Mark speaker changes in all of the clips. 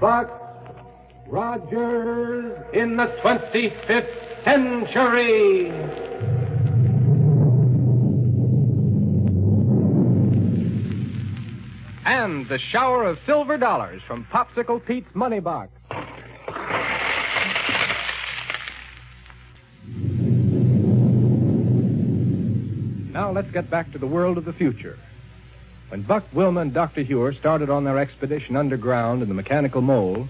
Speaker 1: Buck Rogers.
Speaker 2: in the 25th century.
Speaker 3: And the shower of silver dollars from Popsicle Pete's money box. Now let's get back to the world of the future. When Buck Wilma and Dr. Huer started on their expedition underground in the mechanical mole,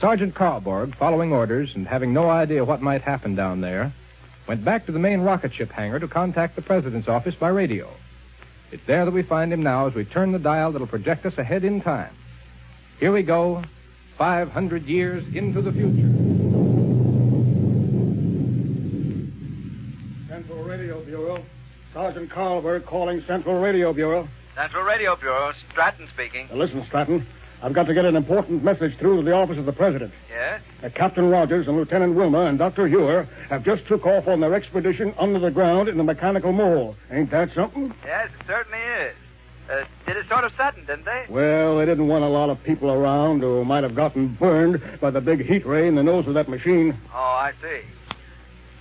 Speaker 3: Sergeant Carlborg, following orders and having no idea what might happen down there, went back to the main rocket ship hangar to contact the president's office by radio. It's there that we find him now as we turn the dial that'll project us ahead in time. Here we go, 500 years into the future.
Speaker 1: Central Radio Bureau. Sergeant Carlberg calling Central Radio Bureau.
Speaker 4: Central Radio Bureau, Stratton speaking.
Speaker 1: Now listen, Stratton. I've got to get an important message through to the office of the president.
Speaker 4: Yes?
Speaker 1: Uh, Captain Rogers and Lieutenant Wilmer and Dr. Hewer have just took off on their expedition under the ground in the mechanical mole. Ain't that something?
Speaker 4: Yes, it certainly is. Uh, did it sort of sudden, didn't they?
Speaker 1: Well, they didn't want a lot of people around who might have gotten burned by the big heat ray in the nose of that machine.
Speaker 4: Oh, I see.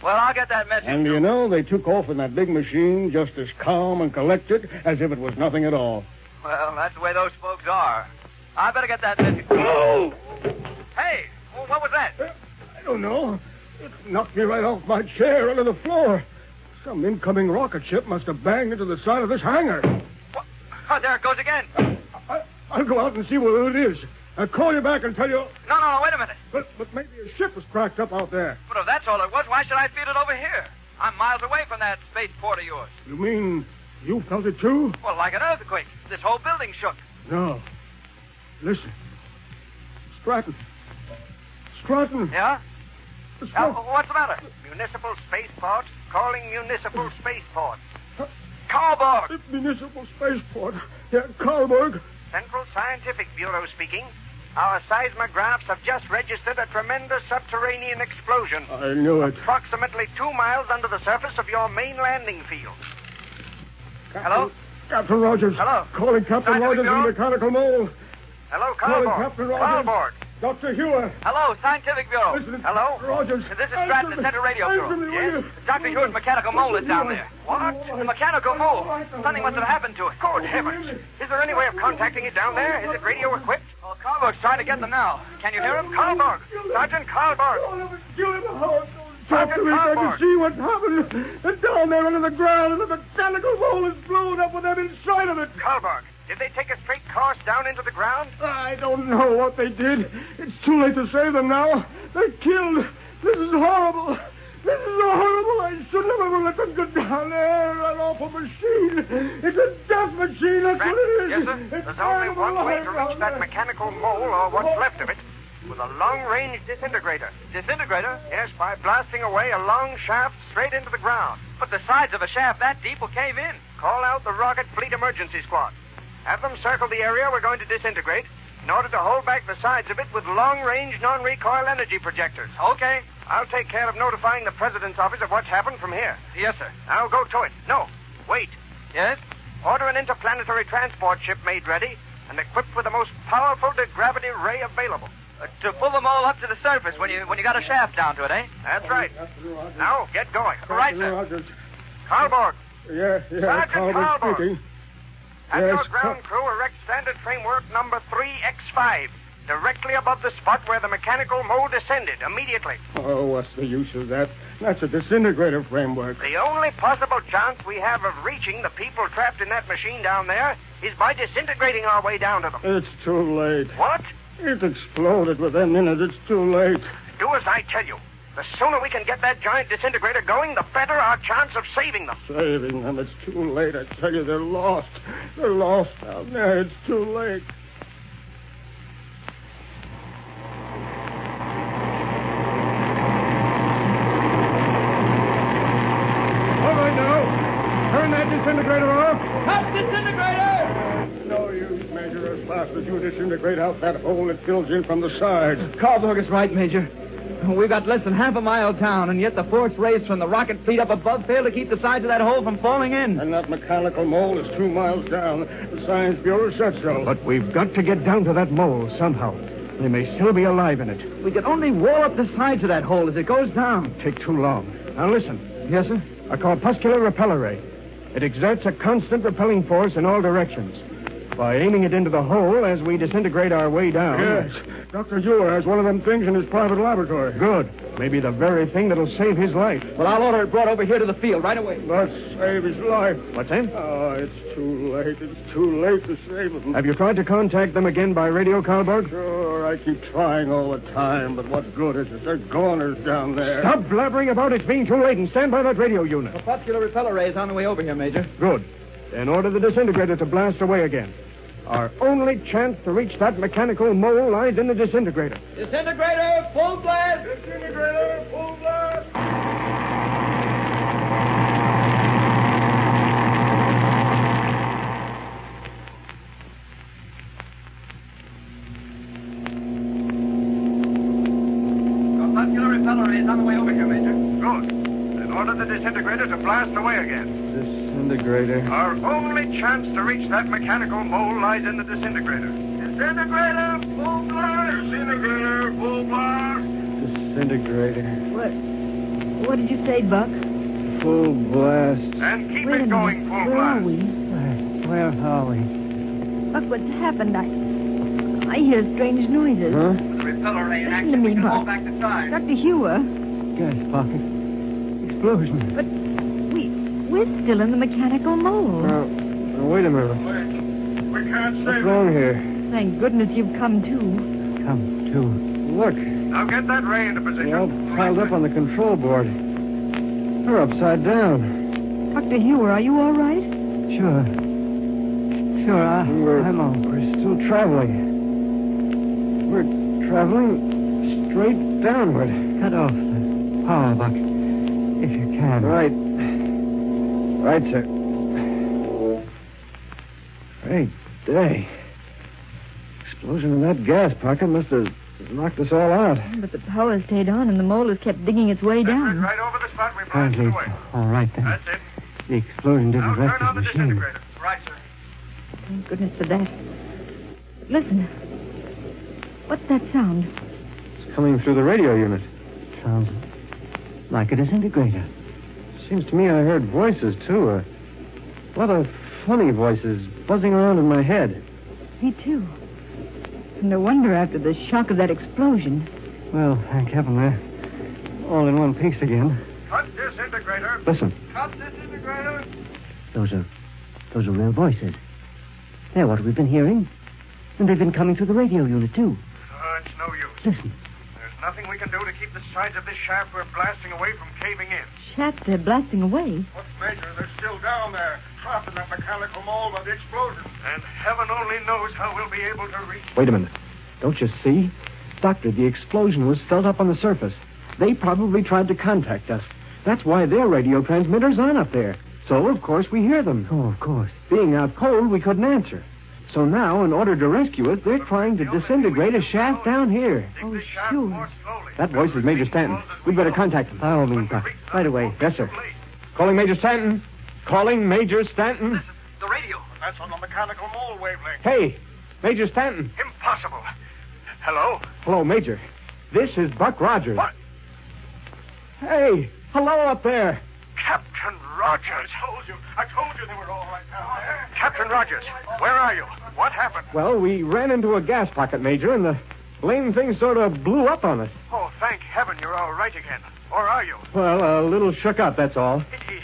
Speaker 4: Well, I'll get that message.
Speaker 1: And
Speaker 4: to-
Speaker 1: you know, they took off in that big machine just as calm and collected as if it was nothing at all.
Speaker 4: Well, that's the way those folks are. I better get that message.
Speaker 1: Oh!
Speaker 4: Hey, wh- what was that?
Speaker 1: I don't know. It knocked me right off my chair under the floor. Some incoming rocket ship must have banged into the side of this hangar.
Speaker 4: What? Oh, there it goes again.
Speaker 1: I, I'll go out and see what it is. I'll call you back and tell you.
Speaker 4: No, no, no, wait a minute.
Speaker 1: But, but maybe a ship was cracked up out there.
Speaker 4: But if that's all it was, why should I feel it over here? I'm miles away from that spaceport of yours.
Speaker 1: You mean you felt it too?
Speaker 4: Well, like an earthquake. This whole building shook.
Speaker 1: No. Listen. Stratton. Stratton.
Speaker 4: Yeah? Now,
Speaker 1: Stratton.
Speaker 4: what's the matter? Municipal spaceport calling municipal spaceport. Callboard.
Speaker 1: Municipal spaceport. Yeah, Carlberg.
Speaker 4: Central Scientific Bureau speaking. Our seismographs have just registered a tremendous subterranean explosion.
Speaker 1: I knew it.
Speaker 4: Approximately two miles under the surface of your main landing field. Hello?
Speaker 1: Captain Rogers.
Speaker 4: Hello.
Speaker 1: Calling Captain
Speaker 4: Scientific
Speaker 1: Rogers in the
Speaker 4: Bureau?
Speaker 1: mechanical mole.
Speaker 4: Hello,
Speaker 1: Calling
Speaker 4: Callboard.
Speaker 1: Captain Rogers.
Speaker 4: Callboard.
Speaker 1: Dr. Hewer.
Speaker 4: Hello, Scientific Bureau.
Speaker 1: Listen,
Speaker 4: Hello?
Speaker 1: Rogers.
Speaker 4: This is Stratton,
Speaker 1: Answer
Speaker 4: the
Speaker 1: me.
Speaker 4: Center Radio
Speaker 1: Answer
Speaker 4: Bureau.
Speaker 1: me, will
Speaker 4: Yes?
Speaker 1: you?
Speaker 4: Dr. Hewitt's mechanical mole is down there.
Speaker 1: What?
Speaker 4: The mechanical mole. Something must have happened to it. Good heavens. Is there any way of contacting it down there? Is it radio equipped? Well, Carlberg's trying to get them now. Can you hear him? Carlberg! Sergeant Carlberg!
Speaker 1: Kill him, Howard. Talk
Speaker 4: Captain
Speaker 1: to me so I can
Speaker 4: Carlberg.
Speaker 1: see what's happening. And down there under the ground, and the mechanical mole is blown up with them inside of it.
Speaker 4: Carlberg, did they take a straight course down into the ground?
Speaker 1: I don't know what they did. It's too late to save them now. They're killed. This is horrible. This is horrible. I should have ever let them go down there. That awful machine. It's a death machine. That's what
Speaker 4: Grant,
Speaker 1: it is.
Speaker 4: yes, sir.
Speaker 1: It's
Speaker 4: There's only
Speaker 1: terrible
Speaker 4: one way
Speaker 1: right
Speaker 4: to
Speaker 1: down
Speaker 4: reach that
Speaker 1: there.
Speaker 4: mechanical mole, or what's left of it, with a long-range disintegrator. Disintegrator? Yes, by blasting away a long shaft straight into the ground. But the sides of a shaft that deep will cave in. Call out the Rocket Fleet Emergency Squad. Have them circle the area we're going to disintegrate in order to hold back the sides of it with long-range non-recoil energy projectors. Okay. I'll take care of notifying the president's office of what's happened from here. Yes, sir. Now go to it. No, wait. Yes? Order an interplanetary transport ship made ready and equipped with the most powerful gravity ray available. Uh, to pull them all up to the surface when you when you got a shaft down to it, eh? That's right.
Speaker 1: Captain Rogers.
Speaker 4: Now get going.
Speaker 1: Captain
Speaker 4: Right, sir.
Speaker 1: Rogers.
Speaker 4: Carlborg,
Speaker 1: Yeah, yeah.
Speaker 4: Sergeant
Speaker 1: Calvert
Speaker 4: Calvert.
Speaker 1: speaking.
Speaker 4: have
Speaker 1: Yes,
Speaker 4: your ground
Speaker 1: Ca-
Speaker 4: crew erect standard framework number three X five directly above the spot where the mechanical mole descended immediately.
Speaker 1: Oh, what's the use of that? That's a disintegrator framework.
Speaker 4: The only possible chance we have of reaching the people trapped in that machine down there is by disintegrating our way down to them.
Speaker 1: It's too late.
Speaker 4: What?
Speaker 1: It exploded within minutes. It's too late.
Speaker 4: Do as I tell you. The sooner we can get that giant disintegrator going, the better our chance of saving them.
Speaker 1: Saving them. It's too late. I tell you, they're lost. They're lost down there. It's too late. All right now. Turn that disintegrator off.
Speaker 5: Up disintegrator!
Speaker 1: No use, Major. As fast as you disintegrate out that hole, it fills in from the sides.
Speaker 5: Carlberg is right, Major. We've got less than half a mile down, and yet the force raised from the rocket fleet up above failed to keep the sides of that hole from falling in.
Speaker 1: And that mechanical mole is two miles down. The Science Bureau said so.
Speaker 6: But we've got to get down to that mole somehow.
Speaker 1: Oh, They may still be alive in it.
Speaker 5: We can only wall up the sides of that hole as it goes down.
Speaker 1: Take too long. Now listen.
Speaker 5: Yes, sir?
Speaker 1: A corpuscular repeller ray. It exerts a constant repelling force in all directions. By aiming it into the hole as we disintegrate our way down.
Speaker 6: Yes. Dr. Ewer has one of them things in his private laboratory.
Speaker 1: Good. Maybe the very thing that'll save his life.
Speaker 5: Well, I'll order it brought over here to the field right away.
Speaker 6: But save his life.
Speaker 1: What's that?
Speaker 6: Oh, it's too late. It's too late to save him.
Speaker 1: Have you tried to contact them again by radio, Carlberg?
Speaker 6: Sure, I keep trying all the time, but what good is it? They're goners down there.
Speaker 1: Stop blabbering about it being too late and stand by that radio unit.
Speaker 5: Popular repeller ray is on the way over here, Major.
Speaker 1: Good. Then order the disintegrator to blast away again. Our only chance to reach that mechanical mole lies in the disintegrator.
Speaker 5: Disintegrator, full blast!
Speaker 4: Corpuscular repeller ray is on the way over here, Major. Good. Then order the disintegrator to blast away again.
Speaker 5: Disintegrator.
Speaker 4: Our only chance to reach that mechanical mole lies in the disintegrator. Disintegrator, full blast! Disintegrator, full blast!
Speaker 5: Disintegrator.
Speaker 7: What? What did you say, Buck?
Speaker 5: Full blast.
Speaker 4: And keep
Speaker 7: Wait a
Speaker 4: it going
Speaker 7: minute.
Speaker 4: full
Speaker 7: Where
Speaker 4: blast.
Speaker 7: are we?
Speaker 5: Where are we?
Speaker 7: Buck, what's happened? I, I hear strange noises.
Speaker 4: With the repeller ray in
Speaker 7: Listen
Speaker 4: action,
Speaker 7: to me,
Speaker 4: we can
Speaker 7: Buck.
Speaker 4: hold back the side.
Speaker 7: Dr. Hewer,
Speaker 5: Gas pocket. Explosion.
Speaker 7: but we, we're still in the mechanical mold.
Speaker 5: wait a minute.
Speaker 6: We can't save him.
Speaker 5: wrong here?
Speaker 7: Thank goodness you've come to.
Speaker 5: Come to.
Speaker 4: Now get that ray into position.
Speaker 5: on the control board. We're upside down.
Speaker 7: Dr. Hewer, are you all right?
Speaker 5: Sure. Sure, I, I'm all. We're still traveling. We're traveling straight downward. Cut off the power, Buck, if you can. Right. Right, sir. Great day. Explosion in that gas pocket must have knocked us all out.
Speaker 7: But the power stayed on and the mold has kept digging its way
Speaker 4: That's it,
Speaker 7: down.
Speaker 4: right over the spot we blasted away.
Speaker 5: All right,
Speaker 4: That's it.
Speaker 5: The explosion
Speaker 4: Now turn on the disintegrator. Right, sir.
Speaker 7: Thank goodness for that. Listen. What's that sound?
Speaker 5: coming through the radio unit. Sounds like a disintegrator. Seems to me I heard voices, too. A lot of funny voices buzzing around in my head.
Speaker 7: Me too. No wonder after the shock of that explosion.
Speaker 5: Well, thank heaven they're all in one piece again.
Speaker 4: Cut disintegrator.
Speaker 5: Listen,
Speaker 4: Cut disintegrator.
Speaker 5: those are those are real voices. They're what we've been hearing. And they've been coming through the radio unit, too.
Speaker 4: Oh, it's no use.
Speaker 5: Listen.
Speaker 4: There's nothing we can do to keep the sides of this shaft we're blasting away from caving in.
Speaker 7: Shafts are blasting away.
Speaker 6: What's Major? They're still down there, trapped in that mechanical mold by the explosion.
Speaker 4: And heaven only knows how we'll be able to reach.
Speaker 5: Wait a minute. Don't you see? Doctor, the explosion was felt up on the surface. They probably tried to contact us. That's why their radio transmitter's on up there. So, of course, we hear them. Oh, of course. Being out cold, we couldn't answer. So now, in order to rescue us, they're trying to disintegrate a shaft down here.
Speaker 4: Dig the shaft
Speaker 7: sure.
Speaker 4: more slowly.
Speaker 5: That voice is Major Stanton. We'd better contact him. By all means, Doc. Right away. Yes, sir. Calling Major Stanton. Calling Major Stanton.
Speaker 4: The radio.
Speaker 6: That's on the mechanical mold wavelength.
Speaker 5: Hey, Major Stanton.
Speaker 4: Impossible. Hello?
Speaker 5: Hello, Major. This is Buck Rogers.
Speaker 4: What?
Speaker 5: Hey, hello up there.
Speaker 4: Captain Rogers.
Speaker 6: I told you. I told you they were all right down there.
Speaker 4: Captain Rogers, where are you? What happened?
Speaker 5: Well, we ran into a gas pocket, Major, and the lame thing sort of blew up on us.
Speaker 4: Oh, thank heaven you're all right again. Or are you?
Speaker 5: Well, a little shook up, that's all.
Speaker 4: It, it,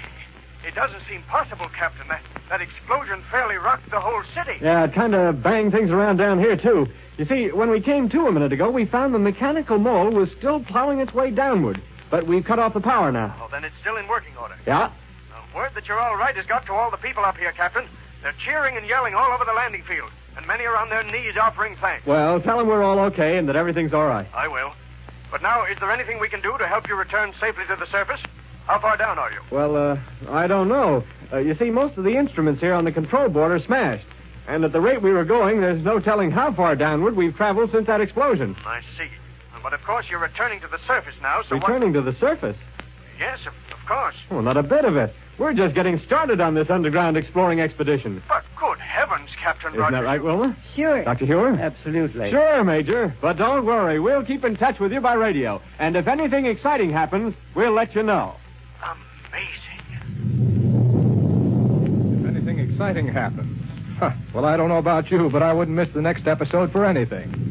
Speaker 4: it doesn't seem possible, Captain. That, that explosion fairly rocked the whole city.
Speaker 5: Yeah, it kind of banged things around down here, too. You see, when we came to a minute ago, we found the mechanical mole was still plowing its way downward. But we've cut off the power now.
Speaker 4: Oh, then it's still in working order.
Speaker 5: Yeah?
Speaker 4: The word that you're all right has got to all the people up here, Captain. They're cheering and yelling all over the landing field, and many are on their knees offering thanks.
Speaker 5: Well, tell them we're all okay and that everything's all right.
Speaker 4: I will. But now, is there anything we can do to help you return safely to the surface? How far down are you?
Speaker 5: Well, uh, I don't know. Uh, you see, most of the instruments here on the control board are smashed. And at the rate we were going, there's no telling how far downward we've traveled since that explosion.
Speaker 4: I see. But of course, you're returning to the surface now, so what?
Speaker 5: Returning to the surface?
Speaker 4: Yes, of, of course.
Speaker 5: Well, not a bit of it. We're just getting started on this underground exploring expedition.
Speaker 4: But good heavens. heavens, Captain
Speaker 5: Isn't
Speaker 4: Rogers.
Speaker 5: that right, Wilma?
Speaker 7: Sure.
Speaker 5: Dr. Hewer?
Speaker 8: Absolutely.
Speaker 5: Sure, Major. But don't worry. We'll keep in touch with you by radio. And if anything exciting happens, we'll let you know.
Speaker 4: Amazing.
Speaker 3: If anything exciting happens. Huh. Well, I don't know about you, but I wouldn't miss the next episode for anything.